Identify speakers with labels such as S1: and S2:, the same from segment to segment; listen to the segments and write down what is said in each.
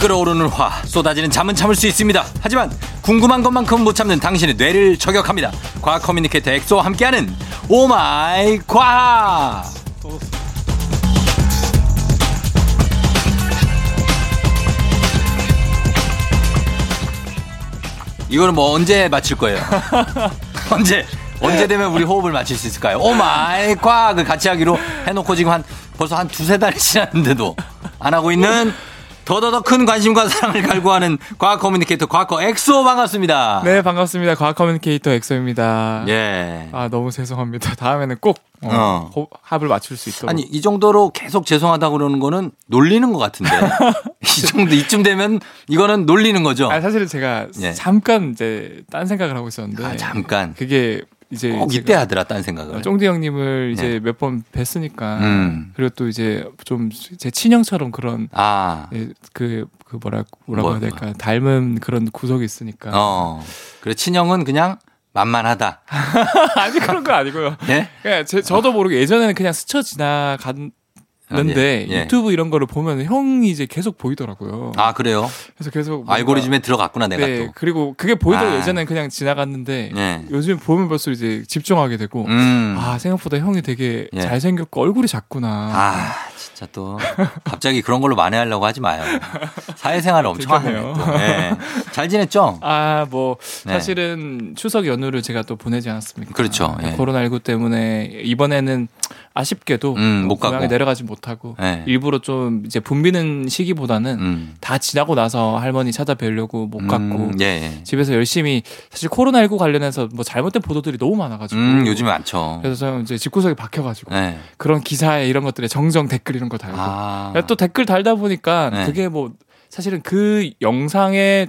S1: 끓어오르는 화 쏟아지는 잠은 참을 수 있습니다 하지만 궁금한 것만큼 못 참는 당신의 뇌를 저격합니다 과학 커뮤니케이터 엑소와 함께하는 오마이 과학 이거는 뭐 언제 맞출 거예요 언제 언제 되면 우리 호흡을 맞출 수 있을까요 오마이 과학을 같이 하기로 해놓고 지금 한 벌써 한 두세 달이 지났는데도 안 하고 있는 더더더 큰 관심과 사랑을 갈구하는 과학 커뮤니케이터 과학커 엑소 반갑습니다.
S2: 네, 반갑습니다. 과학 커뮤니케이터 엑소입니다.
S1: 예.
S2: 아, 너무 죄송합니다. 다음에는 꼭 어,
S1: 어.
S2: 호- 합을 맞출 수 있도록.
S1: 아니 이 정도로 계속 죄송하다고 그러는 거는 놀리는 것 같은데 이 정도 이쯤 되면 이거는 놀리는 거죠.
S2: 아, 사실은 제가
S1: 어. 예.
S2: 잠깐 이제 딴 생각을 하고 있었는데.
S1: 아, 잠깐
S2: 그게 이제
S1: 꼭
S2: 제가 어,
S1: 이때 하더라 딴 생각을.
S2: 쫑디 형님을 이제 몇 번 뵀으니까
S1: 음.
S2: 그리고 또 이제 좀 제 친형처럼 그런
S1: 아.
S2: 예, 그, 그 뭐라 뭐라고
S1: 뭐,
S2: 해야 될까 닮은 그런 구석이 있으니까
S1: 어. 그래 친형은 그냥 만만하다.
S2: 아니 그런 건 아니고요.
S1: 예?
S2: 그러니까 제, 저도 모르게 예전에는 그냥 스쳐 지나간
S1: 아, 예,
S2: 는데
S1: 예.
S2: 유튜브 이런 거를 보면 형이 이제 계속 보이더라고요.
S1: 아 그래요.
S2: 그래서 계속 뭔가-
S1: 알고리즘에 들어갔구나 내가
S2: 네
S1: 또.
S2: 그리고 그게 보이다가
S1: 아.
S2: 예전엔 그냥 지나갔는데
S1: 예.
S2: 요즘 보면 벌써 이제 집중하게 되고
S1: 음.
S2: 아 생각보다 형이 되게
S1: 예.
S2: 잘생겼고 얼굴이 작구나.
S1: 아, 진짜 또 갑자기 그런 걸로 만회하려고 하지 마요. 사회생활 엄청 하네.
S2: 불편해요.
S1: 또. 네. 잘 지냈죠?
S2: 아, 뭐,
S1: 네.
S2: 사실은 아, 추석 연휴를 제가 또 보내지 않았습니까?
S1: 그렇죠. 예.
S2: 코로나19 때문에 이번에는 아쉽게도
S1: 음, 못
S2: 고향에
S1: 가고.
S2: 내려가지 못하고
S1: 네.
S2: 일부러 좀 이제 붐비는 시기보다는
S1: 음.
S2: 다 지나고 나서 할머니 찾아뵈려고 못 갔고
S1: 음, 예, 예.
S2: 집에서 열심히 사실 코로나19 관련해서 뭐 잘못된 보도들이 너무 많아가지고
S1: 음, 요즘에 많죠.
S2: 그래서 저는 이제 집구석에 박혀가지고
S1: 네.
S2: 그런 기사에 이런 것들에 정정 댓글 이런 거 달고 그러니까
S1: 아.
S2: 또 댓글 달다 보니까
S1: 네.
S2: 그게 뭐 사실은 그 영상의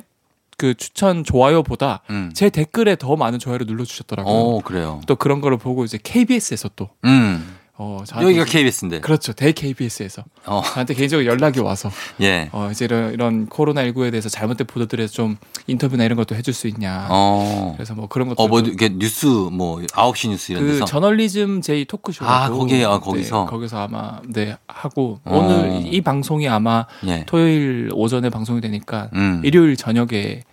S2: 그 추천 좋아요보다
S1: 음. 어.
S2: 제 댓글에 더 많은 좋아요를 눌러주셨더라고요.
S1: 오, 그래요.
S2: 또 그런 거를 보고 이제 KBS에서 또
S1: 음.
S2: 어, 저한테
S1: 여기가
S2: 이제-
S1: KBS인데.
S2: 그렇죠 대 KBS에서
S1: 어,
S2: 저한테 개인적으로 연락이 와서
S1: 예.
S2: 어, 이제 이런, 이런 코로나19에 대해서 잘못된 보도들에서 좀 인터뷰나 이런 것도 해줄 수 있냐.
S1: 어.
S2: 그래서 뭐 그런 것도
S1: 어, 뭐, 이렇게 뉴스, 뭐, 9시 뉴스 이런
S2: 그
S1: 데서.
S2: 저널리즘 제이 토크쇼라고
S1: 아, 거기에요? 아, 거기서?
S2: 네, 거기서 아마 네 하고
S1: 어.
S2: 오늘 이 방송이 아마
S1: 예.
S2: 토요일 오전에 방송이 되니까
S1: 음.
S2: 일요일 저녁에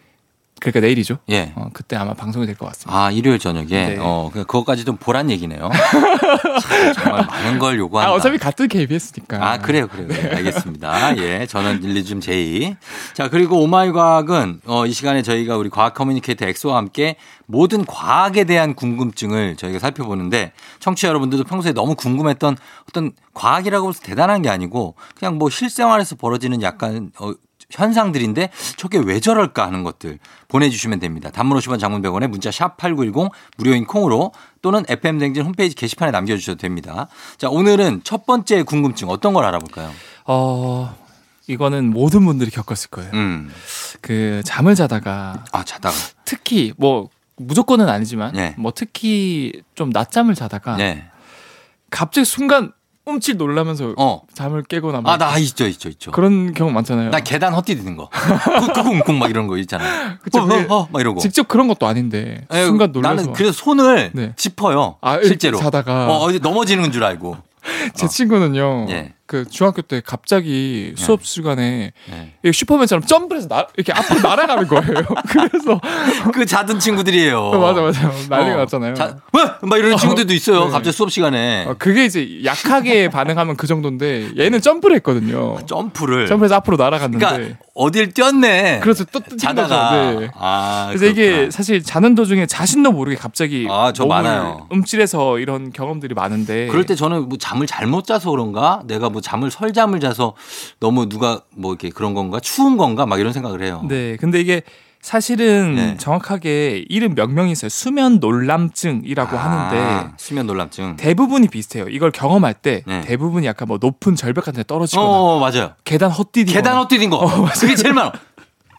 S2: 그러니까 내일이죠
S1: 예.
S2: 어, 그때 아마 방송이 될 것 같습니다
S1: 아, 일요일 저녁에.
S2: 네.
S1: 어, 그- 그것까지 좀 보란 얘기네요. 참, 정말 많은 걸
S2: 아,
S1: 요구한다.
S2: 어차피 같은 KBS니까
S1: 아, 그래요, 그래요. 알겠습니다. 예, 저는 일리즘 제이. 자, 그리고 오마이 과학은 어, 이 시간에 저희가 우리 과학 커뮤니케이터 엑소와 함께 모든 과학에 대한 궁금증을 저희가 살펴보는데 청취자 여러분들도 평소에 너무 궁금했던 어떤 과학이라고 해서 대단한 게 아니고 그냥 뭐 실생활에서 벌어지는 약간 어, 현상들인데 저게 왜 저럴까 하는 것들 보내주시면 됩니다. 단문 50원 장문 100원에 문자 샵 8910 무료인 콩으로 또는 FM댕진 홈페이지 게시판에 남겨주셔도 됩니다. 자, 오늘은 첫 번째 궁금증 어떤 걸 알아볼까요?
S2: 어 이거는 모든 분들이 겪었을 거예요
S1: 음.
S2: 그 잠을 자다가
S1: 아, 자다가.
S2: 특히 뭐 무조건은 아니지만
S1: 네.
S2: 뭐 특히 좀 낮잠을 자다가
S1: 네.
S2: 갑자기 순간 움찔 놀라면서
S1: 어.
S2: 잠을 깨거나 뭐
S1: 아, 나 있죠, 있죠, 있죠.
S2: 그런 경우 많잖아요.
S1: 나 계단 헛디디는 거. 쿵쿵쿵 막 이런 거 있잖아요.
S2: 그쵸,
S1: 어,
S2: 그게
S1: 어, 어, 막 이러고.
S2: 직접 그런 것도 아닌데
S1: 에,
S2: 순간 놀라서
S1: 나는 그래서 손을
S2: 네.
S1: 짚어요.
S2: 아, 이렇게
S1: 실제로.
S2: 자다가
S1: 어, 어제 넘어지는 줄 알고.
S2: 제
S1: 어.
S2: 친구는요.
S1: 예.
S2: 그 중학교 때 갑자기 수업 시간에
S1: 네.
S2: 이렇게 슈퍼맨처럼 점프를 해서 나, 이렇게 앞으로 날아가는 거예요. 그래서 어,
S1: 그 자던 친구들이에요.
S2: 맞아 맞아 난리가
S1: 어.
S2: 났잖아요.
S1: 자, 왜? 막 이러는 친구들도 있어요.
S2: 네.
S1: 갑자기 수업 시간에
S2: 어, 그게 이제 약하게 반응하면 그 정도인데 얘는 점프를 했거든요.
S1: 아, 점프를.
S2: 점프해서 앞으로
S1: 그러니까
S2: 날아갔는데
S1: 어딜 뛰었네.
S2: 그래서 또 뛴다죠.
S1: 자다가.
S2: 네.
S1: 아,
S2: 그래서 이게
S1: 그렇구나.
S2: 사실 자는 도중에 자신도 모르게 갑자기
S1: 아, 저
S2: 몸을
S1: 많아요.
S2: 움찔해서 이런 경험들이 많은데
S1: 그럴 때 저는 뭐 잠을 잘못 자서 그런가? 내가 뭐 잠을 설잠을 자서 너무 누가 뭐 이렇게 그런 건가? 추운 건가? 막 이런 생각을 해요.
S2: 네, 근데 이게 사실은
S1: 네.
S2: 정확하게 이름 몇 명이 있어요. 수면 놀람증이라고 하는데
S1: 아, 수면 놀람증.
S2: 대부분이 비슷해요. 이걸 경험할 때
S1: 네.
S2: 대부분이 약간 뭐 높은 절벽 같은 데 떨어지거나
S1: 어, 맞아요.
S2: 계단 헛디디거나
S1: 계단 헛디딘
S2: 어,
S1: 거. 그게 제일 많아.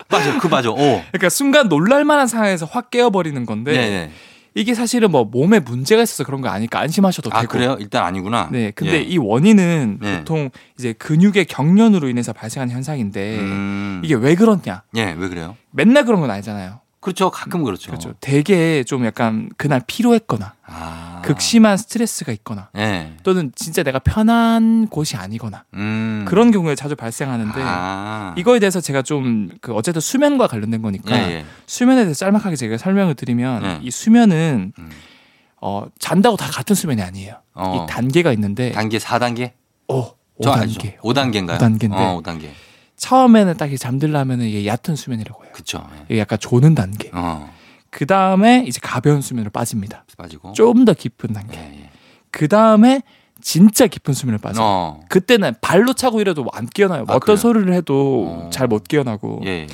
S1: 맞아, 그 맞아. 어.
S2: 그러니까 순간 놀랄 만한 상황에서 확 깨어버리는 건데
S1: 네. 네.
S2: 이게 사실은 뭐 몸에 문제가 있어서 그런 거 아니까 안심하셔도
S1: 아,
S2: 되고
S1: 그래요? 일단 아니구나.
S2: 네, 근데
S1: 예.
S2: 이 원인은
S1: 네.
S2: 보통 이제 근육의 경련으로 인해서 발생한 현상인데
S1: 음.
S2: 이게 왜 그렇냐?
S1: 예, 왜 그래요?
S2: 맨날 그런 건 아니잖아요.
S1: 그렇죠. 가끔 그렇죠.
S2: 그렇죠. 되게 좀 약간 그날 피로했거나
S1: 아.
S2: 극심한 스트레스가 있거나
S1: 예.
S2: 또는 진짜 내가 편한 곳이 아니거나
S1: 음.
S2: 그런 경우에 자주 발생하는데
S1: 아.
S2: 이거에 대해서 제가 좀 그 어쨌든 수면과 관련된 거니까
S1: 예,
S2: 수면에 대해서 짤막하게 제가 설명을 드리면
S1: 네.
S2: 이 수면은
S1: 음.
S2: 어, 잔다고 다 같은 수면이 아니에요.
S1: 어.
S2: 이 단계가 있는데
S1: 단계 4단계?
S2: 어,
S1: 저
S2: 5단계.
S1: 5단계인가요?
S2: 5단계인데.
S1: 어, 5단계.
S2: 처음에는 딱 잠들려면은 이게 얕은 수면이라고 해요.
S1: 그쵸. 예.
S2: 이게 약간 조는 단계.
S1: 어.
S2: 그 다음에 이제 가벼운 수면으로 빠집니다.
S1: 빠지고.
S2: 좀 더 깊은 단계.
S1: 예,
S2: 그 다음에 진짜 깊은 수면을 빠져.
S1: 예. 어.
S2: 그때는 발로 차고 이래도 안 깨어나요.
S1: 아,
S2: 어떤
S1: 그래요?
S2: 소리를 해도
S1: 어.
S2: 잘 못 깨어나고.
S1: 예.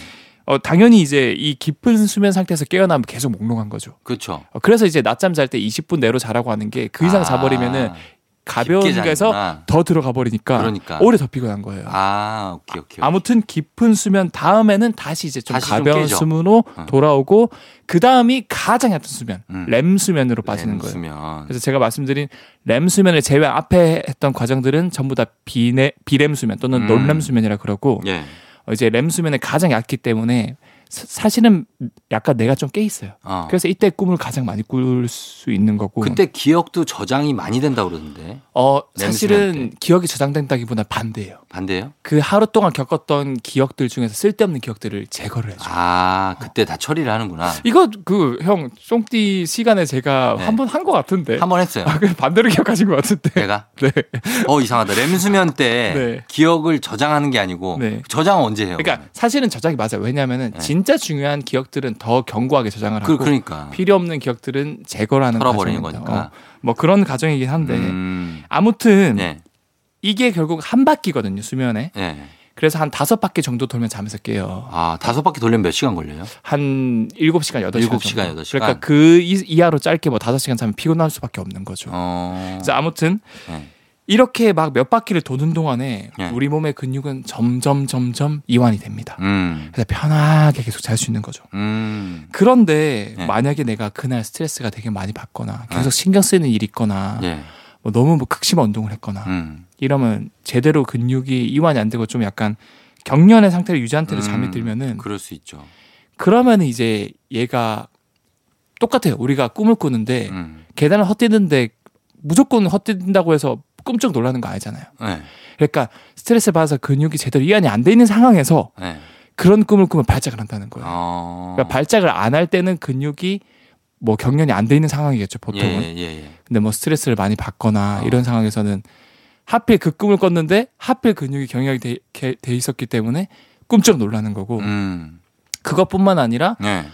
S2: 어, 당연히 이제 이 깊은 수면 상태에서 깨어나면 계속 몽롱한 거죠.
S1: 그쵸.
S2: 어, 그래서 이제 낮잠 잘 때 20분 내로 자라고 하는 게 그 이상
S1: 아,
S2: 자버리면은 가벼운
S1: 깊게
S2: 거에서
S1: 자는구나.
S2: 더 들어가 버리니까
S1: 그러니까.
S2: 오래 더 피곤한 거예요.
S1: 아, 오케이, 오케이. 오케이.
S2: 그 아무튼 깊은 수면 다음에는 다시 이제 좀
S1: 다시 좀
S2: 가벼운
S1: 깨죠.
S2: 수면으로
S1: 어.
S2: 돌아오고 그 다음이 가장 얕은 수면,
S1: 음.
S2: 렘 수면으로 빠지는
S1: 렘
S2: 거예요.
S1: 수면.
S2: 그래서 제가 말씀드린 렘 수면을 제외 한 앞에 했던 과정들은 전부 다 비내 비렘 수면 또는
S1: 음.
S2: 놀렘 수면이라 그러고
S1: 예.
S2: 어, 이제 렘 수면이 가장 얕기 때문에 사- 사실은 약간 내가 좀 깨 있어요.
S1: 어.
S2: 그래서 뭐 이때 꿈을 가장 많이 꿀 수 있는 거고
S1: 그때 기억도 저장이 많이 된다고 그러던데.
S2: 어
S1: 렘 수면
S2: 사실은 기억이 저장된다기보다 반대예요.
S1: 반대요?
S2: 그 하루 동안 겪었던 기억들 중에서 쓸데없는 기억들을 제거를 해줘. 요
S1: 아, 그때 다 처리를 하는구나.
S2: 이거 그 형 쫑띠 시간에 제가
S1: 네.
S2: 한 번 한 것 같은데.
S1: 한 번 했어요.
S2: 아, 그냥 반대로 기억하신 것 같은데.
S1: 내가?
S2: 네.
S1: 어, 이상하다. 램수면 때
S2: 네.
S1: 기억을 저장하는 게 아니고
S2: 네.
S1: 저장은 언제 해요?
S2: 그러니까 사실은 저장이 맞아요. 왜냐하면은
S1: 네.
S2: 진짜 중요한 기억들은 더 견고하게 저장을 하고
S1: 그, 그러니까.
S2: 필요 없는 기억들은 제거를 하는
S1: 털어버리는
S2: 아, 그렇죠. 과정이다.
S1: 거니까.
S2: 어, 뭐 그런 과정이긴 한데
S1: 음.
S2: 아무튼
S1: 네.
S2: 이게 결국 한 바퀴거든요 수면에.
S1: 네.
S2: 그래서 한 다섯 바퀴 정도 돌면 잠에서 깨요.
S1: 아, 다섯 바퀴 돌리면 몇 시간 걸려요?
S2: 한 일곱 시간 여덟 시간.
S1: 일곱 시간,
S2: 정도.
S1: 여덟 시간.
S2: 그러니까 그 이- 이하로 짧게 뭐 다섯 시간 자면 피곤할 수밖에 없는 거죠.
S1: 어.
S2: 그래서 아무튼
S1: 네.
S2: 이렇게 막 몇 바퀴를 도는 동안에
S1: 네.
S2: 우리 몸의 근육은 점점 점점 이완이 됩니다.
S1: 음.
S2: 그래서 편하게 계속 잘 수 있는 거죠.
S1: 음.
S2: 그런데
S1: 네.
S2: 만약에 내가 그날 스트레스가 되게 많이 받거나 계속 신경 쓰이는 일이 있거나
S1: 예.
S2: 뭐 너무 뭐 극심한 운동을 했거나
S1: 음.
S2: 이러면 제대로 근육이 이완이 안 되고 좀 약간 경련의 상태를 유지한
S1: 음.
S2: 채로 잠이 들면은
S1: 그럴 수 있죠.
S2: 그러면 이제 얘가 똑같아요. 우리가 꿈을 꾸는데
S1: 음.
S2: 계단을 헛디는데 무조건 헛딘다고 해서 끔쩍 놀라는 거 아니잖아요.
S1: 네.
S2: 그러니까 스트레스 받아서 근육이 제대로 이완이 안 돼 있는 상황에서
S1: 네.
S2: 그런 꿈을 꾸면 발작을 한다는 거예요.
S1: 어.
S2: 그러니까 발작을 안 할 때는 근육이 뭐 경련이 안 돼 있는 상황이겠죠
S1: 예,
S2: 보통은.
S1: 예, 예, 예.
S2: 근데 뭐 스트레스를 많이 받거나
S1: 어.
S2: 이런 상황에서는 하필 그 꿈을 꿨는데 하필 근육이 경련이 돼, 게- 돼 있었기 때문에 꿈쩍 놀라는 거고
S1: 음.
S2: 그것뿐만 아니라
S1: 네.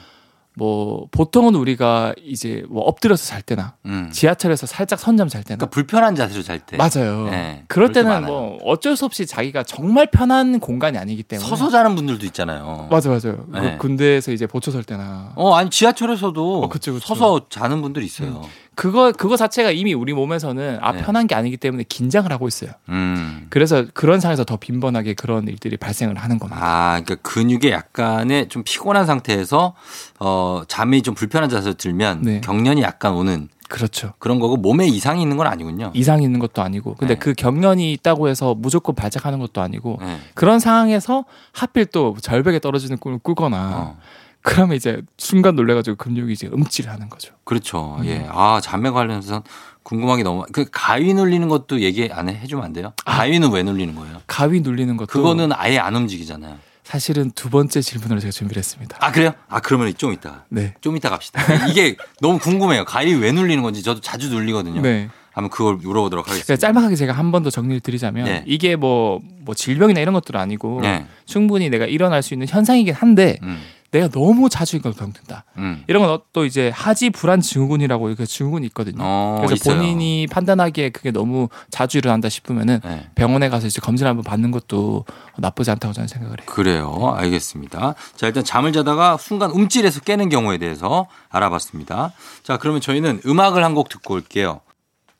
S2: 뭐 보통은 우리가 이제 뭐 엎드려서 잘 때나
S1: 음.
S2: 지하철에서 살짝 선잠 잘 때나
S1: 그러니까 불편한 자세로 잘 때.
S2: 맞아요.
S1: 네, 그럴
S2: 그럴
S1: 때
S2: 때는
S1: 많아요.
S2: 뭐 어쩔 수 없이 자기가 정말 편한 공간이 아니기 때문에
S1: 서서 자는 분들도 있잖아요.
S2: 맞아 맞아요.
S1: 네.
S2: 그 군대에서 이제 보초 설 때나
S1: 어, 아니 지하철에서도
S2: 어, 그쵸, 그쵸.
S1: 서서 자는 분들이 있어요.
S2: 그거 그거 자체가 이미 우리 몸에서는 아
S1: 네.
S2: 편한 게 아니기 때문에 긴장을 하고 있어요.
S1: 음.
S2: 그래서 그런 상황에서 더 빈번하게 그런 일들이 발생을 하는 겁니다.
S1: 아, 그러니까 근육에 약간의 좀 피곤한 상태에서 어, 잠이 좀 불편한 자세로 들면
S2: 네.
S1: 경련이 약간 오는
S2: 그렇죠.
S1: 그런 거고 몸에 이상이 있는 건 아니군요.
S2: 이상 있는 것도 아니고 근데
S1: 네.
S2: 그 경련이 있다고 해서 무조건 발작하는 것도 아니고
S1: 네.
S2: 그런 상황에서 하필 또 절벽에 떨어지는 꿈을 꾸거나
S1: 어,
S2: 그러면 이제 순간 놀래가지고 근육이 이제 움찔하는 거죠.
S1: 그렇죠.
S2: 음.
S1: 예. 아, 잠에 관련해서 궁금한 게 너무 그 가위 눌리는 것도 얘기 안 해? 해주면 안 돼요?
S2: 아.
S1: 가위는 왜 눌리는 거예요?
S2: 가위 눌리는 것도
S1: 그거는 아예 안 움직이잖아요.
S2: 사실은 두 번째 질문으로 제가 준비를 했습니다.
S1: 아, 그래요? 아, 그러면 좀 이따.
S2: 네.
S1: 좀 이따 갑시다. 이게 너무 궁금해요. 가위 왜 눌리는 건지 저도 자주 눌리거든요.
S2: 네.
S1: 한번 그걸 물어보도록
S2: 그러니까
S1: 하겠습니다.
S2: 짤막하게 제가 한 번 더 정리를 드리자면
S1: 네.
S2: 이게 뭐, 뭐 질병이나 이런 것들은 아니고
S1: 네.
S2: 충분히 내가 일어날 수 있는 현상이긴 한데
S1: 음,
S2: 내가 너무 자주 이걸 겪는다.
S1: 음.
S2: 이런 건 어, 또 이제 하지 불안 증후군이라고 그 증후군이 있거든요.
S1: 어,
S2: 그래서
S1: 있어요.
S2: 본인이 판단하기에 그게 너무 자주 일어난다 싶으면은
S1: 네.
S2: 병원에 가서 이제 검진을 한번 받는 것도 나쁘지 않다고 저는 생각을 해요.
S1: 그래요. 알겠습니다. 자, 일단 잠을 자다가 순간 움찔해서 깨는 경우에 대해서 알아봤습니다. 자, 그러면 저희는 음악을 한 곡 듣고 올게요.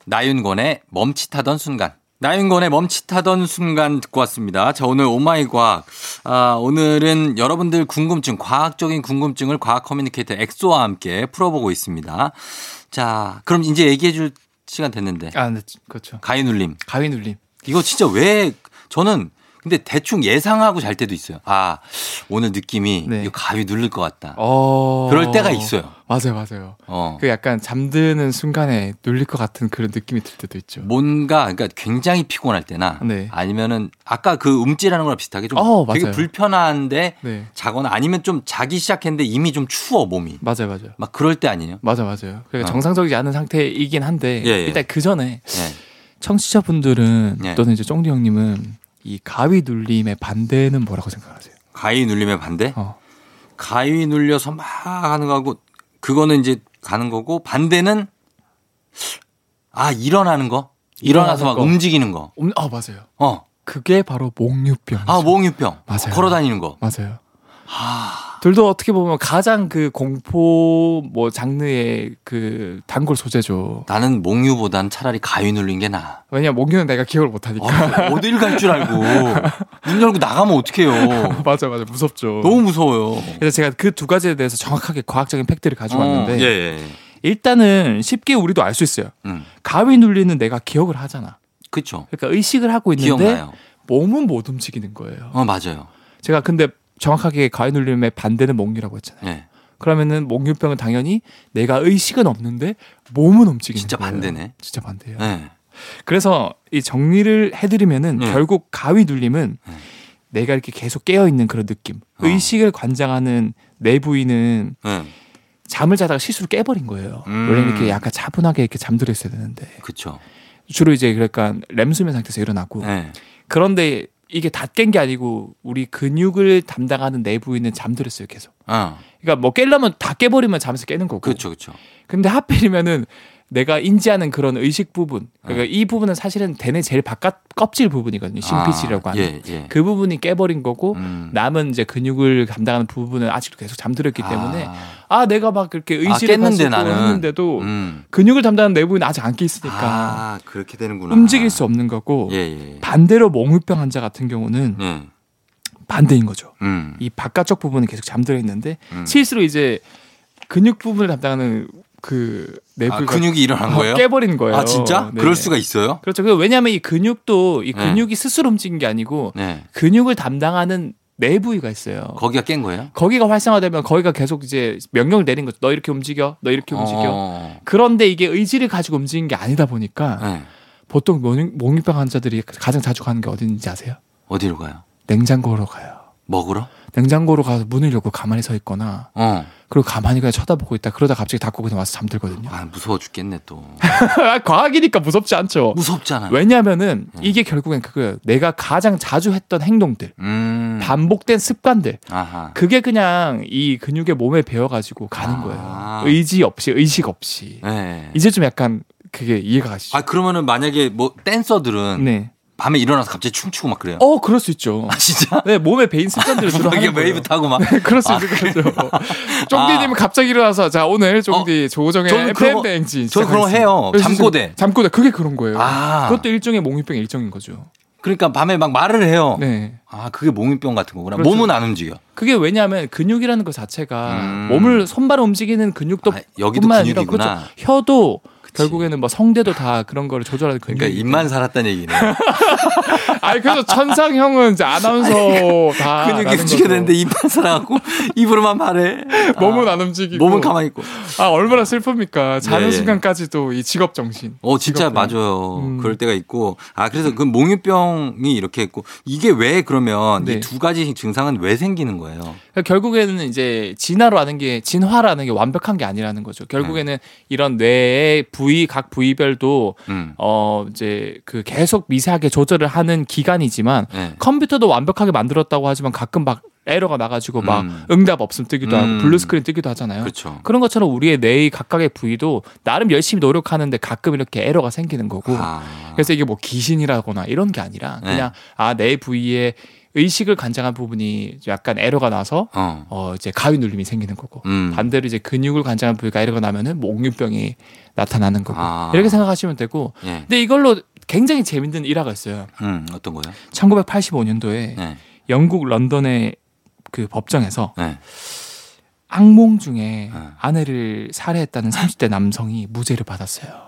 S1: 나윤권의 멈칫하던 순간. 나윤권의 멈칫하던 순간 듣고 왔습니다. 자, 오늘 오마이 과학. 아, 오늘은 여러분들 궁금증, 과학적인 궁금증을 과학 커뮤니케이터 엑소와 함께 풀어보고 있습니다. 자, 그럼 이제 얘기해 줄 시간 됐는데.
S2: 아, 네, 그렇죠.
S1: 가위 눌림.
S2: 가위 눌림.
S1: 이거 진짜 왜 저는 근데 대충 예상하고 잘 때도 있어요. 아, 오늘 느낌이
S2: 네.
S1: 이거 가위 누를 것 같다.
S2: 어.
S1: 그럴 때가 있어요.
S2: 맞아요, 맞아요.
S1: 어.
S2: 그 약간 잠드는 순간에 눌릴 것 같은 그런 느낌이 들 때도 있죠.
S1: 뭔가 그러니까 굉장히 피곤할 때나
S2: 네.
S1: 아니면은 아까 그 움찔하는 거랑 비슷하게 좀
S2: 어,
S1: 되게
S2: 맞아요.
S1: 불편한데
S2: 네.
S1: 자거나 아니면 좀 자기 시작했는데 이미 좀 추워 몸이
S2: 맞아요, 맞아요.
S1: 막 그럴 때 아니에요?
S2: 맞아, 맞아요. 그러니까
S1: 어.
S2: 정상적이지 않은 상태이긴 한데
S1: 예, 예.
S2: 일단 그 전에
S1: 예.
S2: 청취자분들은
S1: 예.
S2: 또는 이제 쫑디 형님은 이 가위 눌림의 반대는 뭐라고 생각하세요?
S1: 가위 눌림의 반대?
S2: 어.
S1: 가위 눌려서 막 하는 거하고 그거는 이제 가는 거고 반대는 아 일어나는 거 일어나서
S2: 일어나는
S1: 막
S2: 거.
S1: 움직이는 거.
S2: 음, 아 맞아요.
S1: 어.
S2: 그게 바로 몽유병.
S1: 아 몽유병.
S2: 맞아요.
S1: 걸어 다니는 거.
S2: 맞아요.
S1: 아.
S2: 둘도 어떻게 보면 가장 그 공포 뭐 장르의 그 단골 소재죠.
S1: 나는 몽유보단 차라리 가위 눌린 게 나아.
S2: 왜냐 면 몽유는 내가 기억을 못하니까.
S1: 아, 어딜 갈 줄 알고 문 열고 나가면 어떡해요.
S2: 맞아 맞아 무섭죠.
S1: 너무 무서워요.
S2: 그래서 제가 그 두 가지에 대해서 정확하게 과학적인 팩트를 가져왔는데
S1: 어, 예, 예. 예.
S2: 일단은 쉽게 우리도 알 수 있어요.
S1: 음.
S2: 가위 눌리는 내가 기억을 하잖아.
S1: 그쵸.
S2: 그러니까 의식을 하고 있는데
S1: 기억나요.
S2: 몸은 못 움직이는 거예요.
S1: 어, 맞아요.
S2: 제가 근데 정확하게 가위 눌림의 반대는 몽유라고 했잖아요.
S1: 예.
S2: 그러면은 몽유병은 당연히 내가 의식은 없는데 몸은 움직이는
S1: 진짜
S2: 거예요.
S1: 반대네.
S2: 진짜 반대예요.
S1: 예.
S2: 그래서 이 정리를 해드리면은
S1: 네.
S2: 결국 가위 눌림은
S1: 네.
S2: 내가 이렇게 계속 깨어 있는 그런 느낌.
S1: 어.
S2: 의식을 관장하는 내 부위는
S1: 예.
S2: 잠을 자다가 실수로 깨버린 거예요.
S1: 음.
S2: 원래 이렇게 약간 차분하게 이렇게 잠들어 있어야 되는데
S1: 그쵸.
S2: 주로 이제 그러니까 렘수면 상태에서 일어나고
S1: 예.
S2: 그런데 이게 다 깬 게 아니고 우리 근육을 담당하는 내 부위는 잠들어 있어요 계속.
S1: 어.
S2: 그러니까 뭐 깨려면 다 깨버리면 잠에서 깨는 거고.
S1: 그렇죠, 그쵸, 그쵸.
S2: 근데 하필이면은 내가 인지하는 그런 의식 부분 그러니까
S1: 어.
S2: 이 부분은 사실은 대뇌 제일 바깥 껍질 부분이거든요 심피질이라고
S1: 아,
S2: 하는
S1: 예, 예.
S2: 그 부분이 깨버린 거고
S1: 음.
S2: 남은 이제 근육을 감당하는 부분은 아직도 계속 잠들었기
S1: 아.
S2: 때문에 아 내가 막 그렇게 의지를
S1: 깼는데
S2: 가지고
S1: 나는.
S2: 했는데도
S1: 음.
S2: 근육을 담당하는 내 부분이 아직 안 깨 있으니까
S1: 아, 그렇게 되는구나.
S2: 움직일 수 없는 거고
S1: 예, 예.
S2: 반대로 몽유병 환자 같은 경우는
S1: 예.
S2: 반대인 거죠
S1: 음.
S2: 이 바깥쪽 부분은 계속 잠들어 있는데
S1: 음.
S2: 실수로 이제 근육 부분을 담당하는 그
S1: 아,
S2: 내부가
S1: 근육이 일어난
S2: 어,
S1: 거예요?
S2: 깨버린 거예요.
S1: 아, 진짜?
S2: 네.
S1: 그럴 수가 있어요?
S2: 그렇죠. 그 왜냐하면 이 근육도 이
S1: 네.
S2: 근육이 스스로 움직인 게 아니고
S1: 네.
S2: 근육을 담당하는 내 부위가 있어요.
S1: 거기가 깬 거예요?
S2: 거기가 활성화되면 거기가 계속 이제 명령을 내린 거죠. 너 이렇게 움직여, 너 이렇게 움직여.
S1: 어.
S2: 그런데 이게 의지를 가지고 움직인 게 아니다 보니까
S1: 예.
S2: 보통 몽- 몽유병 환자들이 가장 자주 가는 게 어딘지 아세요?
S1: 어디로 가요?
S2: 냉장고로 가요.
S1: 먹으러?
S2: 냉장고로 가서 문을 열고 가만히 서 있거나
S1: 어.
S2: 그리고 가만히 그냥 쳐다보고 있다 그러다 갑자기 닫고 그냥 와서 잠들거든요.
S1: 아, 무서워 죽겠네 또.
S2: 아, 과학이니까 무섭지 않죠.
S1: 무섭잖아.
S2: 어. 왜냐하면은
S1: 음.
S2: 이게 결국엔 그거예요. 내가 가장 자주 했던 행동들,
S1: 음.
S2: 반복된 습관들,
S1: 아하.
S2: 그게 그냥 이 근육의 몸에 배어가지고 가는
S1: 아.
S2: 거예요. 의지 없이, 의식 없이.
S1: 네.
S2: 그 이제 좀 약간 그게 이해가 가시죠?
S1: 아 그러면은 만약에 뭐 댄서들은
S2: 네.
S1: 밤에 일어나서 갑자기 춤추고 막 그래요.
S2: 어, 그럴 수 있죠.
S1: 아 진짜?
S2: 네, 몸에 배인 습관들을 주로
S1: 이게 아,
S2: 하는 거예요. 네,
S1: 웨이브 타고 막.
S2: 그럴 수 있는 거죠. 쫑디님은 갑자기 일어나서 자 오늘 쫑디 조정의
S1: 아. 저는 그런
S2: FM
S1: 거-
S2: 대행진.
S1: 저는 그런 거 해요.
S2: 시작하겠습니다. 네,
S1: 잠꼬대.
S2: 잠꼬대 그게 그런 거예요.
S1: 아.
S2: 그것도 일종의 몽유병 일종인 거죠.
S1: 그러니까 밤에 막 말을 해요.
S2: 네.
S1: 아 그게 몽유병 같은 거구나.
S2: 그렇죠.
S1: 몸은 안 움직여.
S2: 그게 왜냐하면 근육이라는 것 자체가
S1: 음.
S2: 몸을 손발 움직이는 근육도
S1: 아, 여기도
S2: 뿐만 아니라
S1: 근육이구나.
S2: 그렇죠. 혀도
S1: 그치.
S2: 결국에는 뭐 성대도 다 그런 거를 조절하는 근육.
S1: 그러니까 입만 살았다는 얘기네.
S2: 아니 그래서 천상형은 이제 아나운서 다
S1: 근육이
S2: 라는
S1: 움직여야
S2: 거죠.
S1: 되는데 입만 살아갖고 입으로만 말해. 아,
S2: 몸은 안 움직이고
S1: 몸은 가만히 있고.
S2: 아 얼마나 슬픕니까 자는
S1: 예.
S2: 순간까지도 이 직업 정신.
S1: 어 진짜
S2: 직업병.
S1: 맞아요.
S2: 음.
S1: 그럴 때가 있고 아 그래서 그 몽유병이 이렇게 있고 이게 왜 그러면
S2: 네.
S1: 이 두 가지 증상은 왜 생기는 거예요?
S2: 그러니까 결국에는 이제 진화라는 게 진화라는 게 완벽한 게 아니라는 거죠. 결국에는 이런 뇌의 부위 각 부위별도
S1: 음.
S2: 어 이제 그 계속 미세하게 조절을 하는 기간이지만
S1: 네.
S2: 컴퓨터도 완벽하게 만들었다고 하지만 가끔 막 에러가 나가지고 막
S1: 음.
S2: 응답 없음 뜨기도
S1: 음.
S2: 하고 블루 스크린 뜨기도 하잖아요.
S1: 그렇죠.
S2: 그런 것처럼 우리의 뇌의 각각의 부위도 나름 열심히 노력하는데 가끔 이렇게 에러가 생기는 거고
S1: 아. 네.
S2: 그래서 이게 뭐 귀신이라거나 이런 게 아니라 그냥 아 내 부위에 의식을 관장한 부분이 약간 에러가 나서
S1: 어.
S2: 어 이제 가위 눌림이 생기는 거고
S1: 음.
S2: 반대로 이제 근육을 관장한 부위가 에러가 나면은 몽유병이 나타나는 거고
S1: 아.
S2: 이렇게 생각하시면 되고
S1: 예.
S2: 근데 이걸로 굉장히 재밌는 일화가 있어요.
S1: 음, 어떤 거요?
S2: 1985년도에
S1: 네.
S2: 영국 런던의 그 법정에서
S1: 네.
S2: 악몽 중에
S1: 네.
S2: 아내를 살해했다는 30대 남성이 무죄를 받았어요.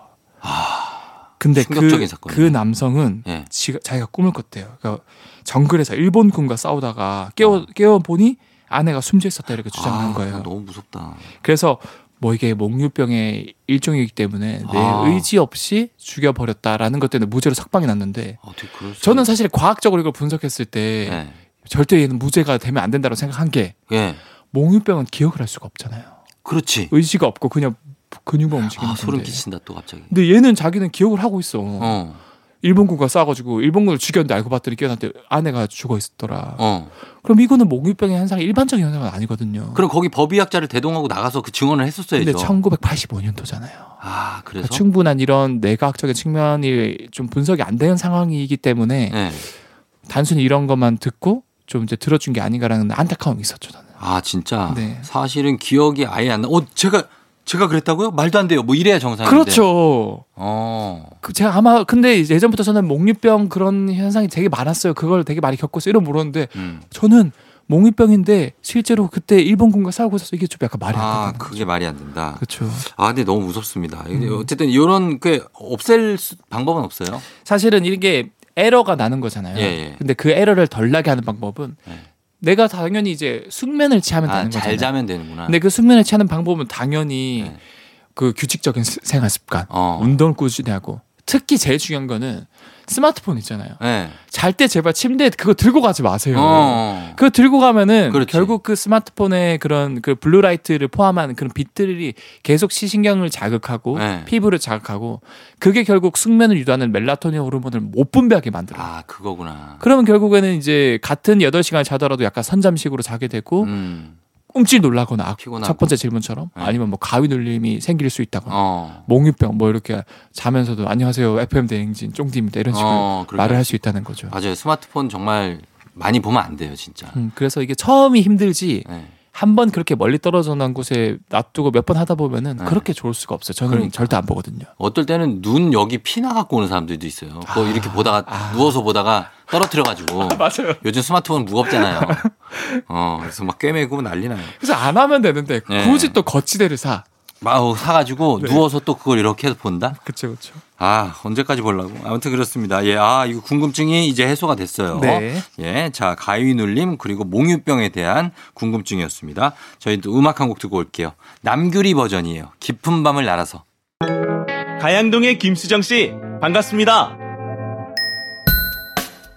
S2: 근데 그,
S1: 충격적인 사건이네.
S2: 그 남성은
S1: 예.
S2: 지가, 자기가 꿈을 꿨대요. 그러니까 정글에서 일본군과 싸우다가 깨워 깨워 보니 아내가 숨져 있었다 이렇게 주장한
S1: 아,
S2: 거예요.
S1: 너무 무섭다.
S2: 그래서 뭐 이게 몽유병의 일종이기 때문에 내
S1: 아.
S2: 의지 없이 죽여버렸다라는 것 때문에 무죄로 석방이 났는데
S1: 어떻게 그럴 수?
S2: 저는 사실 과학적으로 이걸 분석했을 때
S1: 예.
S2: 절대 얘는 무죄가 되면 안 된다고 생각한 게
S1: 예.
S2: 몽유병은 기억을 할 수가 없잖아요.
S1: 그렇지.
S2: 의지가 없고 그냥 근육만 움직이는
S1: 아 소름
S2: 건데. 네.
S1: 끼친다 또 갑자기.
S2: 근데 얘는 자기는 기억을 하고 있어.
S1: 어.
S2: 일본군과 싸워가지고 일본군을 죽였는데 알고 봤더니 깨어났는데 아내가 죽어 있었더라.
S1: 어.
S2: 그럼 이거는 몽유병의 현상 일반적인 현상은 아니거든요.
S1: 그럼 거기 법의학자를 대동하고 나가서 그 증언을 했었어야죠.
S2: 근데 1985년도잖아요. 그러니까
S1: 아 그래서.
S2: 충분한 이런 내과학적인 측면이 좀 분석이 안 되는 상황이기 때문에
S1: 예.
S2: 단순히 이런 것만 듣고 좀 이제 들어준 게 아닌가라는 안타까움이 있었죠 저는.
S1: 아 진짜.
S2: 네.
S1: 사실은 기억이 아예 안 나. 어 제가 제가 그랬다고요? 말도 안 돼요. 뭐 이래야 정상인데.
S2: 그렇죠.
S1: 어.
S2: 그 제가 아마 근데 이제 예전부터 저는 몽유병 그런 현상이 되게 많았어요. 그걸 되게 많이 겪었어요. 이런 모르는데
S1: 음.
S2: 저는 몽유병인데 실제로 그때 일본군과 싸우고 있어서 이게 좀 약간 말이
S1: 아
S2: 안 되는
S1: 그게 말이 안 된다.
S2: 그렇죠. 음.
S1: 아 근데 너무 무섭습니다. 근데 어쨌든 이런 게 없앨 수- 방법은 없어요.
S2: 사실은 이게 에러가 나는 거잖아요.
S1: 예, 예.
S2: 근데 그 에러를 덜 나게 하는 방법은
S1: 예.
S2: 내가 당연히 이제 숙면을 취하면
S1: 아,
S2: 되는
S1: 잘
S2: 거잖아요.
S1: 자면 되는구나.
S2: 근데 그 숙면을 취하는 방법은 당연히
S1: 네.
S2: 그 규칙적인 스- 생활 습관,
S1: 어.
S2: 운동을 꾸준히 하고 특히 제일 중요한 거는 스마트폰 있잖아요.
S1: 네.
S2: 잘 때 제발 침대에 그거 들고 가지 마세요.
S1: 어.
S2: 그거 들고 가면은
S1: 그렇지.
S2: 결국 그 스마트폰의 그런 그 블루라이트를 포함한 그런 빛들이 계속 시신경을 자극하고
S1: 네.
S2: 피부를 자극하고 그게 결국 숙면을 유도하는 멜라토닌 호르몬을 못 분비하게 만들어요.
S1: 아 그거구나.
S2: 그러면 결국에는 이제 같은 8시간을 자더라도 약간 선잠식으로 자게 되고
S1: 음.
S2: 꿈질 놀라거나 아,
S1: 피곤하고.
S2: 첫 번째 질문처럼
S1: 네.
S2: 아니면 뭐 가위 눌림이 생길 수 있다거나
S1: 어.
S2: 몽유병 뭐 이렇게 자면서도 안녕하세요 FM 대행진 쫑디입니다 이런 식으로
S1: 어, 그렇게
S2: 말을
S1: 할
S2: 할 수 있다는 거죠.
S1: 맞아요. 스마트폰 정말 많이 보면 안 돼요, 진짜.
S2: 음, 그래서 이게 처음이 힘들지
S1: 네.
S2: 한 번 그렇게 멀리 떨어져 난 곳에 놔두고 몇 번 하다 보면은
S1: 네.
S2: 그렇게 좋을 수가 없어요. 저는
S1: 그러니까.
S2: 절대 안 보거든요.
S1: 어떨 때는 눈 여기 피 나갖고 오는 사람들도 있어요. 그거 이렇게 보다가 누워서 보다가 떨어뜨려가지고.
S2: 아. 맞아요.
S1: 요즘 스마트폰 무겁잖아요. 어, 그래서 막 꿰매고 난리 나요.
S2: 그래서 안 하면 되는데
S1: 네.
S2: 굳이 또 거치대를 사.
S1: 막 사가지고
S2: 네.
S1: 누워서 또 그걸 이렇게 해서 본다?
S2: 그렇죠, 그렇죠.
S1: 아, 언제까지 보려고? 아무튼 그렇습니다. 예, 아, 이거 궁금증이 이제 해소가 됐어요.
S2: 네.
S1: 예, 자, 가위 눌림, 그리고 몽유병에 대한 궁금증이었습니다. 저희도 음악 한 곡 듣고 올게요. 남규리 버전이에요. 깊은 밤을 날아서.
S3: 가양동의 김수정 씨 반갑습니다.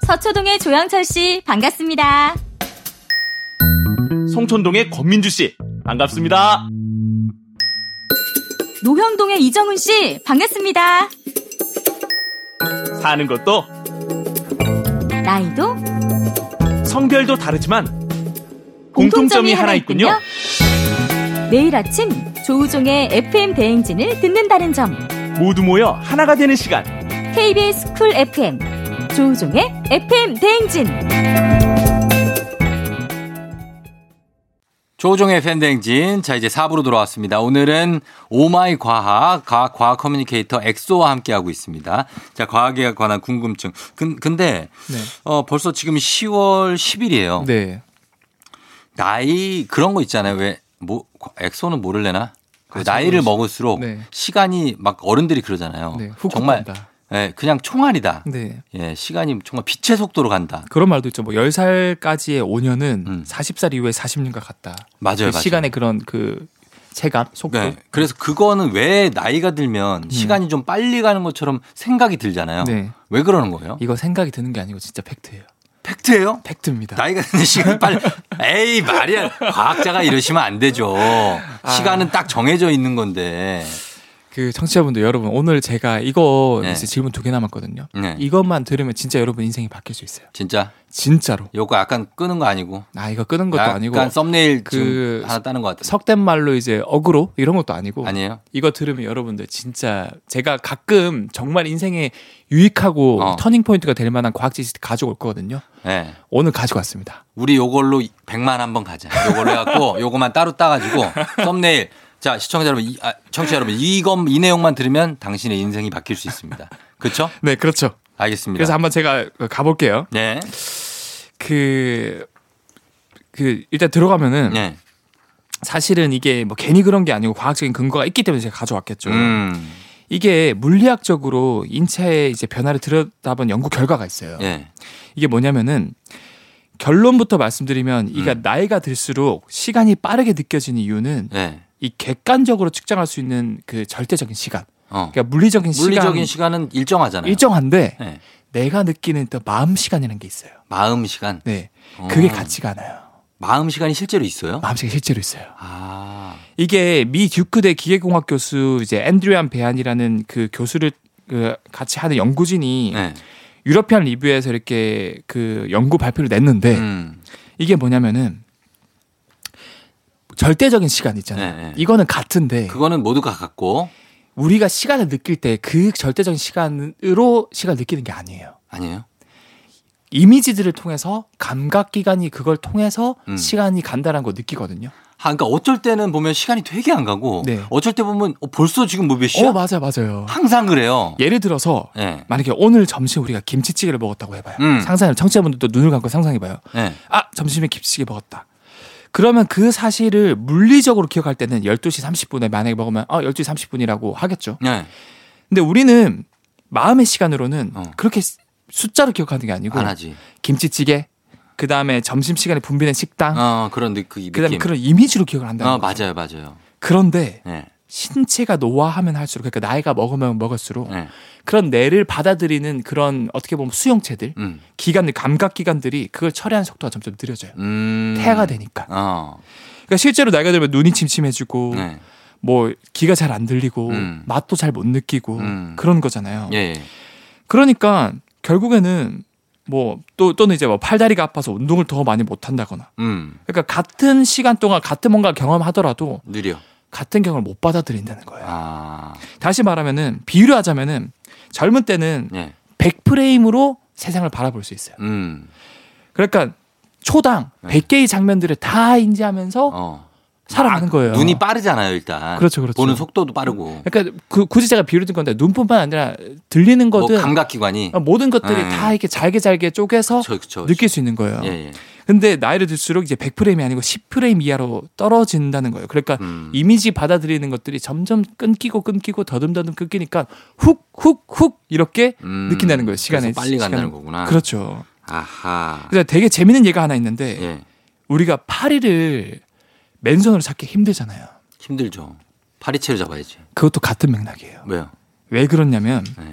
S4: 서초동의 조영철 씨 반갑습니다.
S3: 송촌동의 권민주 씨 반갑습니다.
S4: 노형동의 이정훈 씨 반갑습니다.
S3: 사는 것도
S4: 나이도
S3: 성별도 다르지만
S4: 공통점이 하나 있군요. 매일 아침 조우종의 FM 대행진을 듣는다는 점.
S3: 모두 모여 하나가 되는 시간
S4: KBS 쿨 FM 조우종의 FM 대행진.
S1: 조종의 팬댕진. 자, 이제 4부로 돌아왔습니다. 오늘은 오마이 과학, 과학, 과학 커뮤니케이터 엑소와 함께하고 있습니다. 자, 과학에 관한 궁금증. 근, 근데,
S2: 네.
S1: 어, 벌써 지금 10월 10일이에요.
S2: 네.
S1: 나이 그런 거 있잖아요. 왜 뭐, 엑소는 모를 래나? 그
S2: 아, 잘
S1: 나이를
S2: 모르겠어요.
S1: 먹을수록
S2: 네.
S1: 시간이 막 어른들이 그러잖아요.
S2: 네.
S1: 정말
S2: 정말.
S1: 예, 그냥 총알이다.
S2: 네.
S1: 예, 시간이 정말 빛의 속도로 간다.
S2: 그런 말도 있죠. 뭐 10살까지의 5년은
S1: 음.
S2: 40살 이후에 40년과 같다. 그
S1: 맞아요, 맞아요.
S2: 시간의 그런 그 체감, 속도.
S1: 네, 그래서 그거는 왜 나이가 들면 시간이 좀 빨리 가는 것처럼 생각이 들잖아요.
S2: 네.
S1: 왜 그러는 거예요?
S2: 이거 생각이 드는 게 아니고 진짜 팩트예요.
S1: 팩트예요?
S2: 팩트입니다.
S1: 나이가 드는 시간이 빨리 에이 말이야 과학자가 이러시면 안 되죠.
S2: 아.
S1: 시간은 딱 정해져 있는 건데.
S2: 그 청취자분들 여러분 오늘 제가 이거
S1: 네.
S2: 이제 질문 두 개 남았거든요.
S1: 네.
S2: 이것만 들으면 진짜 여러분 인생이 바뀔 수 있어요.
S1: 진짜
S2: 진짜로.
S1: 요거 약간 끄는 거 아니고.
S2: 아 이거 끄는 것도
S1: 약간
S2: 아니고
S1: 썸네일 그
S2: 그
S1: 하나 따는 것 같아요.
S2: 석된 말로 이제 어그로 이런 것도 아니고
S1: 아니에요?
S2: 이거 들으면 여러분들 진짜 제가 가끔 정말 인생에 유익하고
S1: 어.
S2: 터닝 포인트가 될 만한 과학 지식 가져올 거거든요.
S1: 네.
S2: 오늘 가지고 왔습니다.
S1: 우리 요걸로 100만 한번 가자. 요걸로 해갖고 요거만 따로 따가지고 썸네일. 자 시청자 여러분, 이, 아, 청취자 여러분 이건 이 내용만 들으면 당신의 인생이 바뀔 수 있습니다. 그렇죠?
S2: 네, 그렇죠.
S1: 알겠습니다.
S2: 그래서 한번 제가 가볼게요.
S1: 네,
S2: 그, 그, 일단 들어가면은
S1: 네,
S2: 사실은 이게 뭐 괜히 그런 게 아니고 과학적인 근거가 있기 때문에 제가 가져왔겠죠.
S1: 음,
S2: 이게 물리학적으로 인체의 이제 변화를 들여다본 연구 결과가 있어요.
S1: 예.
S2: 이게 뭐냐면은 결론부터 말씀드리면 이가
S1: 음.
S2: 나이가 들수록 시간이 빠르게 느껴지는 이유는
S1: 예.
S2: 이 객관적으로 측정할 수 있는 그 절대적인 시간,
S1: 어.
S2: 그러니까 물리적인,
S1: 물리적인
S2: 시간
S1: 시간... 은 일정하잖아요.
S2: 일정한데
S1: 예.
S2: 내가 느끼는 또 마음 시간이라는 게 있어요.
S1: 마음 시간.
S2: 네,
S1: 어.
S2: 그게 같지가 않아요.
S1: 마음 시간이 실제로 있어요?
S2: 마음 시간 실제로 있어요.
S1: 아.
S2: 이게 미 듀크대 기계공학 교수 이제 앤드류안 베안이라는 그 교수를 그 같이 하는 연구진이
S1: 네.
S2: 유러피안 리뷰에서 이렇게 그 연구 발표를 냈는데
S1: 음.
S2: 이게 뭐냐면은 절대적인 시간 있잖아요.
S1: 네, 네.
S2: 이거는 같은데
S1: 그거는 모두가 같고
S2: 우리가 시간을 느낄 때 그 절대적인 시간으로 시간을 느끼는 게 아니에요.
S1: 아니에요?
S2: 이미지들을 통해서 감각 기관이 그걸 통해서
S1: 음.
S2: 시간이 간다는 걸 느끼거든요.
S1: 아, 그러니까 어쩔 때는 보면 시간이 되게 안 가고
S2: 네.
S1: 어쩔 때 보면 어, 벌써 지금 뭐몇 시야?
S2: 어 맞아요 맞아요.
S1: 항상 그래요.
S2: 예를 들어서
S1: 예.
S2: 만약에 오늘 점심 우리가 김치찌개를 먹었다고 해봐요.
S1: 음.
S2: 상상을 청취자분들도 눈을 감고 상상해봐요.
S1: 예.
S2: 아 점심에 김치찌개 먹었다. 그러면 그 사실을 물리적으로 기억할 때는 12시 30분에 만약에 먹으면 아 12시 30분이라고 하겠죠.
S1: 예.
S2: 근데 우리는 마음의 시간으로는
S1: 어.
S2: 그렇게 수- 숫자로 기억하는 게 아니고
S1: 안 하지.
S2: 김치찌개 그다음에 점심 시간에 분비된 식당
S1: 어, 그런 느- 그
S2: 아? 그다음에
S1: 느낌.
S2: 그런 이미지로 기억을 한다는
S1: 어, 맞아요,
S2: 거죠.
S1: 맞아요.
S2: 그런데
S1: 예.
S2: 신체가 노화하면 할수록 그러니까 나이가 먹으면 먹을수록
S1: 예.
S2: 그런 뇌를 받아들이는 그런 어떻게 보면 수용체들
S1: 음.
S2: 기관들 감각 기관들이 그걸 처리하는 속도가 점점 느려져요.
S1: 음.
S2: 태아가 되니까.
S1: 어.
S2: 그러니까 실제로 나이가 들면 눈이 침침해지고
S1: 네.
S2: 뭐 귀가 잘 안 들리고
S1: 음.
S2: 맛도 잘 못 느끼고
S1: 음.
S2: 그런 거잖아요.
S1: 예. 예.
S2: 그러니까 결국에는 뭐 또 또는 이제 뭐 팔다리가 아파서 운동을 더 많이 못 한다거나
S1: 음.
S2: 그러니까 같은 시간 동안 같은 뭔가 경험하더라도
S1: 느려.
S2: 같은 경험을 못 받아들인다는 거예요.
S1: 아.
S2: 다시 말하면은 비유하자면은 젊은 때는
S1: 예.
S2: 100프레임으로 세상을 바라볼 수 있어요.
S1: 음.
S2: 그러니까 초당
S1: 네.
S2: 100개의 장면들을 다 인지하면서
S1: 어.
S2: 살아가는 거예요.
S1: 눈이 빠르잖아요, 일단.
S2: 그렇죠, 그렇죠.
S1: 보는 속도도 빠르고.
S2: 그러니까 그- 굳이 제가 비유를 든 건데 눈뿐만 아니라 들리는
S1: 뭐
S2: 거든
S1: 감각 기관이
S2: 어, 모든 것들이
S1: 네.
S2: 다 이렇게 잘게 잘게 쪼개서
S1: 그쵸, 그쵸,
S2: 느낄 수 있는 거예요.
S1: 그쵸. 예, 예.
S2: 근데 나이를 들수록 이제 100프레임이 아니고 10프레임 이하로 떨어진다는 거예요. 그러니까
S1: 음.
S2: 이미지 받아들이는 것들이 점점 끊기고 끊기고 더듬더듬 끊기니까 훅 훅 훅 이렇게
S1: 음.
S2: 느낀다는 거예요. 시간에
S1: 그래서 빨리 간다는
S2: 시간을.
S1: 거구나.
S2: 그렇죠.
S1: 아하.
S2: 그래서 되게 재밌는 예가 하나 있는데
S1: 예.
S2: 우리가 파리를 맨손으로 찾기 힘들잖아요.
S1: 힘들죠. 파리채로 잡아야지.
S2: 그것도 같은 맥락이에요.
S1: 왜요?
S2: 왜 그렇냐면
S1: 네.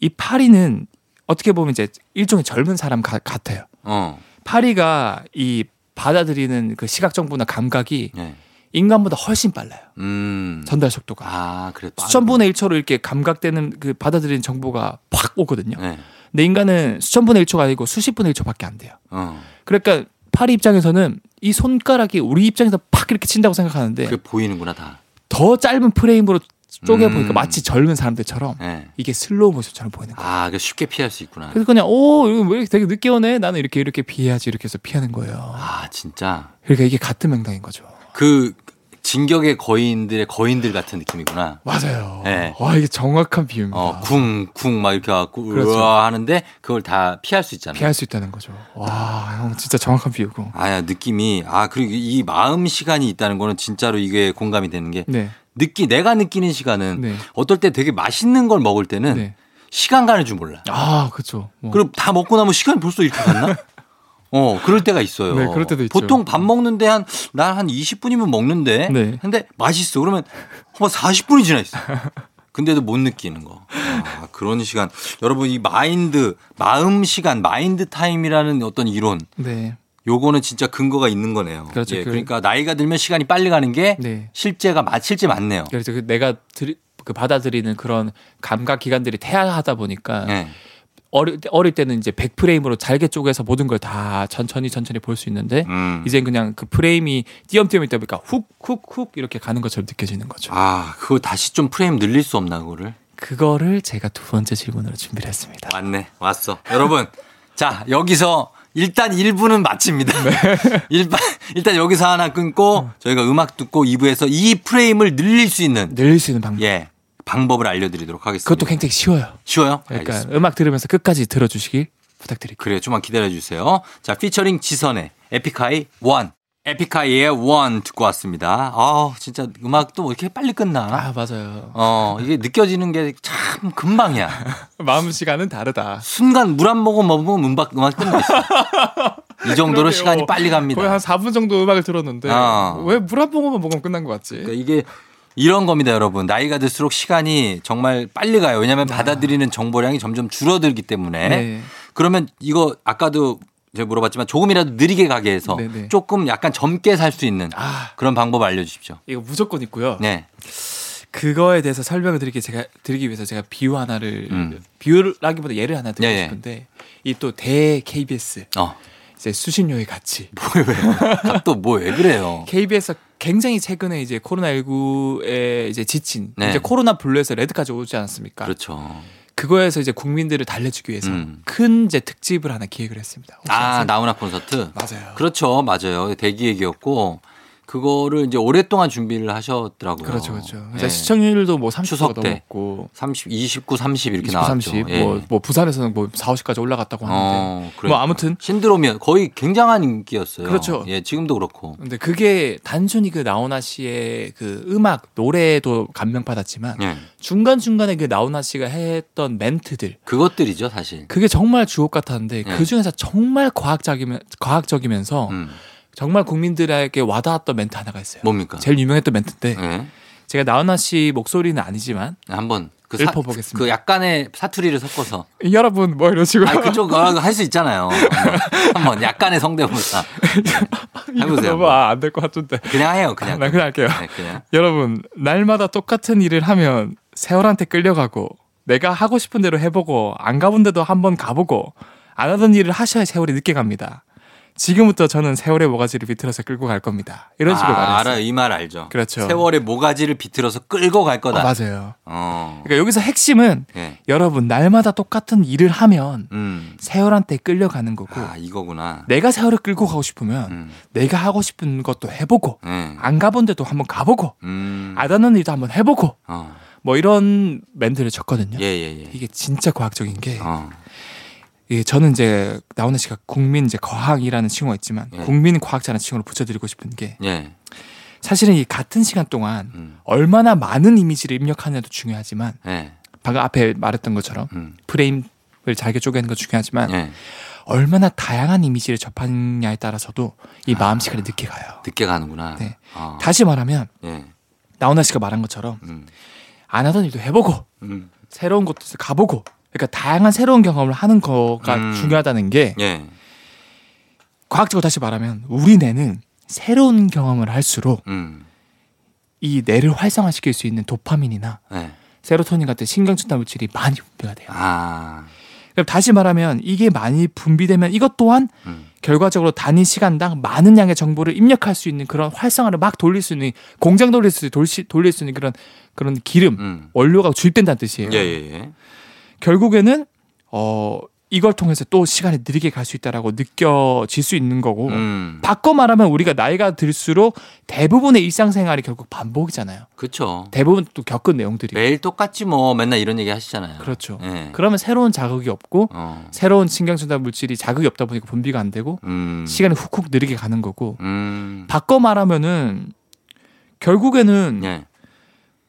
S2: 이 파리는 어떻게 보면 이제 일종의 젊은 사람 가- 같아요.
S1: 어.
S2: 파리가 이 받아들이는 그 시각 정보나 감각이
S1: 예.
S2: 인간보다 훨씬 빨라요.
S1: 음.
S2: 전달 속도가
S1: 아, 그래.
S2: 수천분의 1초로 이렇게 감각되는 그 받아들이는 정보가 확 오거든요.
S1: 예.
S2: 근데 인간은 수천분의 1초가 아니고 수십분의 1초밖에 안 돼요.
S1: 어.
S2: 그러니까 파리 입장에서는 이 손가락이 우리 입장에서 팍 이렇게 친다고 생각하는데
S1: 그게 보이는구나 다.
S2: 더 짧은 프레임으로 쪼개 보니까
S1: 음.
S2: 마치 젊은 사람들처럼
S1: 예.
S2: 이게 슬로우 모션처럼 보이는 거예요.
S1: 아, 그 쉽게 피할 수 있구나.
S2: 그래서 그냥 오 이거 왜 이렇게 되게 늦게 오네 나는 이렇게 이렇게 피해야지 이렇게 해서 피하는 거예요.
S1: 아, 진짜.
S2: 그러니까 이게 같은 맥락인 거죠.
S1: 그 진격의 거인들의 거인들 같은 느낌이구나.
S2: 맞아요.
S1: 네.
S2: 와 이게 정확한 비유입니다.
S1: 어, 쿵, 쿵, 막 이렇게 와갖고,
S2: 아. 그렇죠.
S1: 으아 하는데, 그걸 다 피할 수 있잖아요.
S2: 피할 수 있다는 거죠. 와, 형 진짜 정확한 비유고.
S1: 아, 야, 느낌이, 아, 그리고 이 마음 시간이 있다는 거는 진짜로 이게 공감이 되는 게,
S2: 네.
S1: 느끼, 내가 느끼는 시간은,
S2: 네.
S1: 어떨 때 되게 맛있는 걸 먹을 때는,
S2: 네.
S1: 시간 가는 줄 몰라.
S2: 아, 그렇죠. 뭐.
S1: 그럼 다 먹고 나면 시간이 벌써 이렇게 갔나? 어, 그럴 때가 있어요.
S2: 네, 그럴 때도 있죠.
S1: 보통 밥 먹는데 한, 난 한 20분이면 먹는데,
S2: 네.
S1: 근데 맛있어. 그러면 한 40분이 지나 있어. 근데도 못 느끼는 거. 아, 그런 시간. 여러분, 이 마인드, 마음 시간, 마인드 타임이라는 어떤 이론,
S2: 네.
S1: 요거는 진짜 근거가 있는 거네요.
S2: 그렇죠.
S1: 예,
S2: 그-
S1: 그러니까 나이가 들면 시간이 빨리 가는 게
S2: 네.
S1: 실제가 맞, 실제 맞네요.
S2: 그래서 그 내가 들이, 그 받아들이는 그런 감각 기관들이 태아하다 보니까
S1: 예.
S2: 어릴 때- 어릴 때는 이제 100프레임으로 잘게 쪼개서 모든 걸 다 천천히 천천히 볼 수 있는데
S1: 음.
S2: 이젠 그냥 그 프레임이 띄엄띄엄 있다 보니까 훅 훅 훅 이렇게 가는 것처럼 느껴지는 거죠.
S1: 아, 그거 다시 좀 프레임 늘릴 수 없나, 그거를?
S2: 그거를 제가 두 번째 질문으로 준비를 했습니다.
S1: 왔네. 왔어. 여러분. 자, 여기서 일단 1부는 마칩니다.
S2: 네.
S1: 일단, 일단 여기서 하나 끊고 저희가 음악 듣고 2부에서 이 프레임을 늘릴 수 있는
S2: 늘릴 수 있는 방법.
S1: 예, 방법을 알려드리도록 하겠습니다.
S2: 네. 그것도 굉장히 쉬워요.
S1: 쉬워요?
S2: 그러니까
S1: 알겠습니다.
S2: 음악 들으면서 끝까지 들어주시길 부탁드릴게요.
S1: 그래요. 좀만 기다려주세요. 자, 피처링 지선의 에픽하이 원. 에픽하이의 원 듣고 왔습니다. 아 진짜 음악도 왜 이렇게 빨리 끝나?
S2: 아 맞아요.
S1: 어 이게 느껴지는 게 참 금방이야.
S2: 마음 시간은 다르다.
S1: 순간 물 한 모금 먹으면 음악 음악 끝나 있어. 이 정도로
S2: 그러게요.
S1: 시간이 빨리 갑니다.
S2: 거의 한 4분 정도 음악을 들었는데
S1: 어.
S2: 왜 물 한 모금만 먹으면 끝난 것 같지?
S1: 그러니까 이게 이런 겁니다, 여러분. 나이가 들수록 시간이 정말 빨리 가요. 왜냐하면 받아들이는 정보량이 점점 줄어들기 때문에.
S2: 네.
S1: 그러면 이거 아까도 제가 물어봤지만 조금이라도 느리게 가게 해서
S2: 네, 아. 네.
S1: 조금 약간 젊게 살 수 있는 그런 방법 알려주십시오.
S2: 이거 무조건 있고요.
S1: 네.
S2: 그거에 대해서 설명을 드리기 제가 드리기 위해서 제가 비유 하나를
S1: 음.
S2: 비유라기보다 예를 하나 드리고
S1: 예, 예.
S2: 싶은데 이 또 대 KBS
S1: 어.
S2: 이제 수신료의 가치
S1: 뭐예요, 왜? 또뭐 왜 그래요?
S2: KBS가 굉장히 최근에 이제 코로나19에 이제 지친
S1: 네.
S2: 이제 코로나 블루에서 레드까지 오지 않았습니까?
S1: 그렇죠.
S2: 그거에서 이제 국민들을 달래주기 위해서
S1: 음.
S2: 큰 이제 특집을 하나 기획을 했습니다. 혹시
S1: 아,
S2: 아세요?
S1: 나훈아 콘서트?
S2: 맞아요.
S1: 그렇죠. 맞아요. 대기획이었고, 그거를 이제 오랫동안 준비를 하셨더라고요.
S2: 그렇죠, 그렇죠.
S1: 예.
S2: 이제 시청률도 뭐
S1: 추석
S2: 30%가
S1: 때.
S2: 넘었고
S1: 30, 29, 30 이렇게
S2: 20,
S1: 나왔죠.
S2: 30,
S1: 예.
S2: 뭐, 뭐 부산에서는 뭐 4, 50까지 올라갔다고 하는데
S1: 어,
S2: 뭐
S1: 그러니까.
S2: 아무튼
S1: 신드롬이 거의 굉장한 인기였어요.
S2: 그렇죠.
S1: 예, 지금도 그렇고.
S2: 근데 그게 단순히 그 나훈아 씨의 그 음악 노래도 감명받았지만
S1: 예.
S2: 중간 중간에 그 나훈아 씨가 했던 멘트들
S1: 그것들이죠, 사실.
S2: 그게 정말 주옥 같았는데
S1: 네.
S2: 그 중에서 정말 과학적이면 과학적이면서
S1: 음.
S2: 정말 국민들에게 와닿았던 멘트 하나가 있어요.
S1: 뭡니까?
S2: 제일 유명했던 멘트인데
S1: 예.
S2: 제가 나훈아 씨 목소리는 아니지만
S1: 한번 그
S2: 읊어보겠습니다.
S1: 그 약간의 사투리를 섞어서.
S2: 여러분 뭐 이런 식으로
S1: 아, 그쪽 할 수 있잖아요. 한번. 한번 약간의 성대모사.
S2: 이거
S1: 해보세요.
S2: 너무 아, 안될 것 같은데
S1: 그냥 해요, 그냥.
S2: 아, 나 그냥 할게요.
S1: 네, 그냥.
S2: 여러분 날마다 똑같은 일을 하면 세월한테 끌려가고 내가 하고 싶은 대로 해보고 안 가본 데도 한번 가보고 안 하던 일을 하셔야 세월이 늦게 갑니다. 지금부터 저는 세월의 모가지를 비틀어서 끌고 갈 겁니다. 이런 식으로
S1: 아,
S2: 말했어요.
S1: 알아요. 이 말 알죠.
S2: 그렇죠.
S1: 세월의 모가지를 비틀어서 끌고 갈
S2: 어,
S1: 거다.
S2: 맞아요.
S1: 어.
S2: 그러니까 여기서 핵심은
S1: 예.
S2: 여러분 날마다 똑같은 일을 하면
S1: 음.
S2: 세월한테 끌려가는 거고
S1: 아, 이거구나.
S2: 내가 세월을 끌고 가고 싶으면
S1: 음.
S2: 내가 하고 싶은 것도 해보고
S1: 예.
S2: 안 가본 데도 한번 가보고
S1: 음.
S2: 안 하는 일도 한번 해보고
S1: 어.
S2: 뭐 이런 멘트를 쳤거든요.
S1: 예, 예, 예.
S2: 이게 진짜 과학적인 게
S1: 어.
S2: 예, 저는 이제 나훈아 씨가 국민 이제 과학이라는 칭호가 있지만
S1: 예.
S2: 국민 과학자라는 칭호를 붙여드리고 싶은 게
S1: 예.
S2: 사실은 이 같은 시간 동안
S1: 음.
S2: 얼마나 많은 이미지를 입력하느냐도 중요하지만
S1: 예.
S2: 방금 앞에 말했던 것처럼
S1: 음.
S2: 프레임을 잘게 쪼개는 거 중요하지만
S1: 예.
S2: 얼마나 다양한 이미지를 접하느냐에 따라서도
S1: 아.
S2: 이 마음 시간이 늦게 가요.
S1: 늦게 가는구나.
S2: 네.
S1: 어.
S2: 다시 말하면
S1: 예.
S2: 나훈아 씨가 말한 것처럼
S1: 음.
S2: 안 하던 일도 해보고
S1: 음.
S2: 새로운 곳도 가보고 그러니까 다양한 새로운 경험을 하는 거가
S1: 음.
S2: 중요하다는 게
S1: 예.
S2: 과학적으로 다시 말하면 우리 뇌는 새로운 경험을 할수록
S1: 음.
S2: 이 뇌를 활성화시킬 수 있는 도파민이나
S1: 예.
S2: 세로토닌 같은 신경전달 물질이 많이 분비가 돼요.
S1: 아.
S2: 그럼 다시 말하면 이게 많이 분비되면 이것 또한
S1: 음.
S2: 결과적으로 단위 시간당 많은 양의 정보를 입력할 수 있는 그런 활성화를 막 돌릴 수 있는 공장 돌릴 수 돌시, 돌릴 수 있는 그런 그런 기름
S1: 음.
S2: 원료가 주입된다는 뜻이에요.
S1: 예, 예, 예.
S2: 결국에는 어 이걸 통해서 또 시간이 느리게 갈 수 있다라고 느껴질 수 있는 거고
S1: 음.
S2: 바꿔 말하면 우리가 나이가 들수록 대부분의 일상생활이 결국 반복이잖아요.
S1: 그쵸.
S2: 대부분 또 겪은 내용들이
S1: 매일 똑같지 뭐. 맨날 이런 얘기 하시잖아요.
S2: 그렇죠. 그
S1: 예.
S2: 그러면 새로운 자극이 없고
S1: 어.
S2: 새로운 신경전달 물질이 자극이 없다 보니까 분비가 안 되고
S1: 음.
S2: 시간이 훅훅 느리게 가는 거고
S1: 음.
S2: 바꿔 말하면은 결국에는
S1: 예.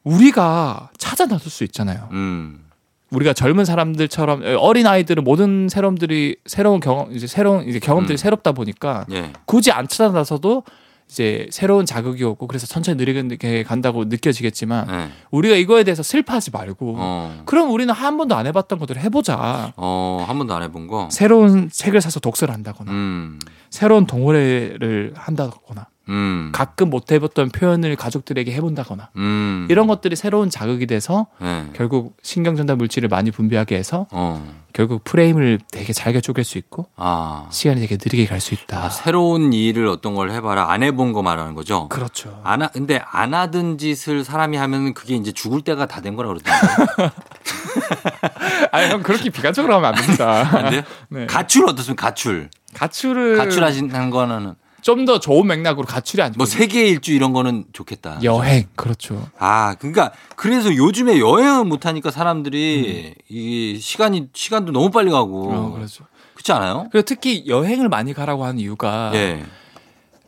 S2: 우리가 찾아 나설 수 있잖아요.
S1: 음.
S2: 우리가 젊은 사람들처럼 어린 아이들은 모든 새로움들이 새로운 경험 이제 새로운 이제 경험들이
S1: 음.
S2: 새롭다 보니까
S1: 예.
S2: 굳이 안 찾아 나서도 이제 새로운 자극이 오고 그래서 천천히 느리게 간다고 느껴지겠지만
S1: 예.
S2: 우리가 이거에 대해서 슬퍼하지 말고
S1: 어.
S2: 그럼 우리는 한 번도 안 해봤던 것들을 해보자.
S1: 어, 한 번도 안 해본 거.
S2: 새로운 책을 사서 독서를 한다거나
S1: 음.
S2: 새로운 동호회를 한다거나
S1: 음.
S2: 가끔 못 해봤던 표현을 가족들에게 해본다거나
S1: 음.
S2: 이런 것들이 새로운 자극이 돼서
S1: 예.
S2: 결국 신경전달 물질을 많이 분비하게 해서
S1: 어.
S2: 결국 프레임을 되게 잘게 쪼갤 수 있고
S1: 아.
S2: 시간이 되게 느리게 갈 수 있다.
S1: 아, 새로운 일을 어떤 걸 해봐라. 안 해본 거 말하는 거죠?
S2: 그렇죠.
S1: 안 하, 근데 안 하던 짓을 사람이 하면 그게 이제 죽을 때가 다 된 거라 그러더라고요.
S2: 아형 그렇게 비관적으로 하면 안 됩니다.
S1: 안 돼요?
S2: 네. 그
S1: 가출 어떻습니까? 가출.
S2: 가출을
S1: 가출하신 거는
S2: 좀 더 좋은 맥락으로 가출이 아니고
S1: 뭐 세계 일주 이런 거는 좋겠다.
S2: 여행 그렇죠.
S1: 아, 그러니까 그래서 요즘에 여행을 못 하니까 사람들이 이 시간이 시간도 너무 빨리 가고
S2: 음. 어, 그렇죠.
S1: 그렇지 않아요?
S2: 아. 그리고 특히 여행을 많이 가라고 하는 이유가
S1: 예.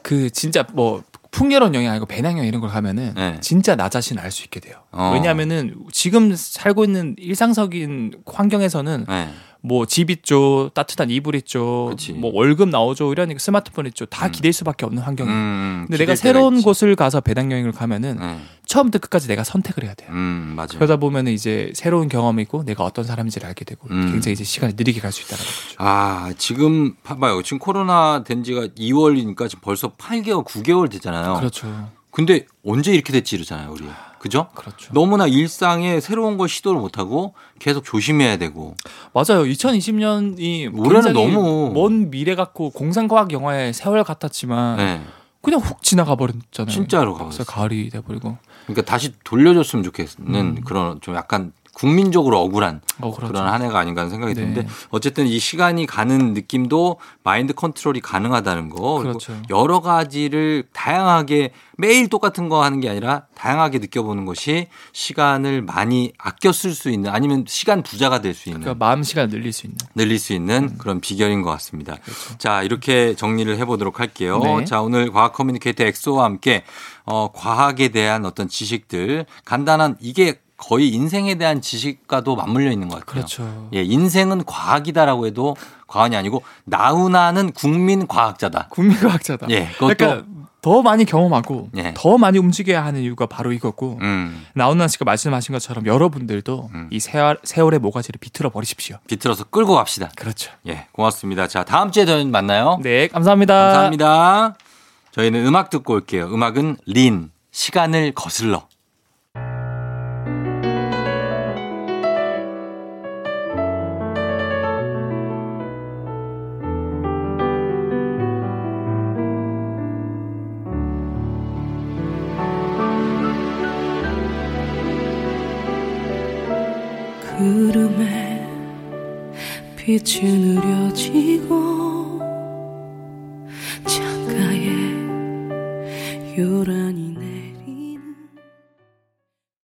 S2: 그 진짜 뭐 풍요로운 영이 아니고 배낭형 이런 걸 가면은
S1: 네.
S2: 진짜 나 자신을 알 수 있게 돼요.
S1: 어.
S2: 왜냐하면은 지금 살고 있는 일상적인 환경에서는
S1: 네.
S2: 뭐 집 있죠, 따뜻한 이불 있죠,
S1: 그치.
S2: 뭐 월급 나오죠, 이런 스마트폰 있죠, 다 기댈 수밖에 없는 환경이. 에요
S1: 음,
S2: 근데 내가
S1: 기댈 때가
S2: 새로운
S1: 있지.
S2: 곳을 가서 배낭여행을 가면은
S1: 네.
S2: 처음부터 끝까지 내가 선택을 해야 돼요.
S1: 음, 맞아요.
S2: 그러다 보면은 이제 새로운 경험이고 내가 어떤 사람인지를 알게 되고
S1: 음.
S2: 굉장히 이제 시간을 느리게 갈 수 있다는 거죠.
S1: 아, 지금 봐봐요. 지금 코로나 된 지가 2월이니까 지금 벌써 8개월, 9개월 됐잖아요.
S2: 그렇죠,
S1: 근데 언제 이렇게 됐지 이러잖아요, 우리. 그죠?
S2: 그렇죠.
S1: 너무나 일상에 새로운 걸 시도를 못 하고 계속 조심해야 되고.
S2: 맞아요. 2020년이
S1: 올해는
S2: 굉장히
S1: 너무-
S2: 먼 미래 같고 공상과학 영화의 세월 같았지만
S1: 네.
S2: 그냥 훅 지나가 버렸잖아요.
S1: 진짜로 가봤어요.
S2: 벌써 네. 가을이 음. 돼 버리고.
S1: 그러니까 다시 돌려줬으면 좋겠는 그런 좀 약간 국민적으로 억울한
S2: 어,
S1: 그
S2: 그렇죠.
S1: 런한 해가 아닌가 하는 생각이
S2: 네.
S1: 드는데 어쨌든 이 시간이 가는 느낌도 마인드 컨트롤이 가능하다는 거 그리고
S2: 그렇죠.
S1: 여러 가지를 다양하게 매일 똑같은 거 하는 게 아니라 다양하게 느껴보는 것이 시간을 많이 아껴 쓸 수 있는 아니면 시간 부자가 될 수 있는
S2: 그러니까 음. 마음 시간을 늘릴 수 있는.
S1: 늘릴 수 있는 그런 비결인 것 같습니다. 자, 이렇게 정리를 해보도록 할게요.
S2: 그렇죠. 네.
S1: 자, 오늘 과학 커뮤니케이터 엑소와 함께 어, 과학에 대한 어떤 지식들 간단한 이게 거의 인생에 대한 지식과도 맞물려 있는 것 같아요.
S2: 그렇죠.
S1: 예, 인생은 과학이다라고 해도 과언이 아니고 나훈아는 국민 과학자다.
S2: 국민과학자다.
S1: 예, 그것도-
S2: 그러니까 더 많이 경험하고
S1: 예.
S2: 더 많이 움직여야 하는 이유가 바로 이거고
S1: 음,
S2: 나훈아 씨가 말씀하신 것처럼 여러분들도 이 세월, 세월의 모가지를 비틀어 버리십시오.
S1: 비틀어서 끌고 갑시다.
S2: 그렇죠.
S1: 예, 고맙습니다. 자, 다음 주에 저는 만나요.
S2: 네, 감사합니다.
S1: 감사합니다. 저희는 음악 듣고 올게요. 음악은 린 시간을 거슬러.
S5: 구름에 빛이 느려지고 창가에 요란이 내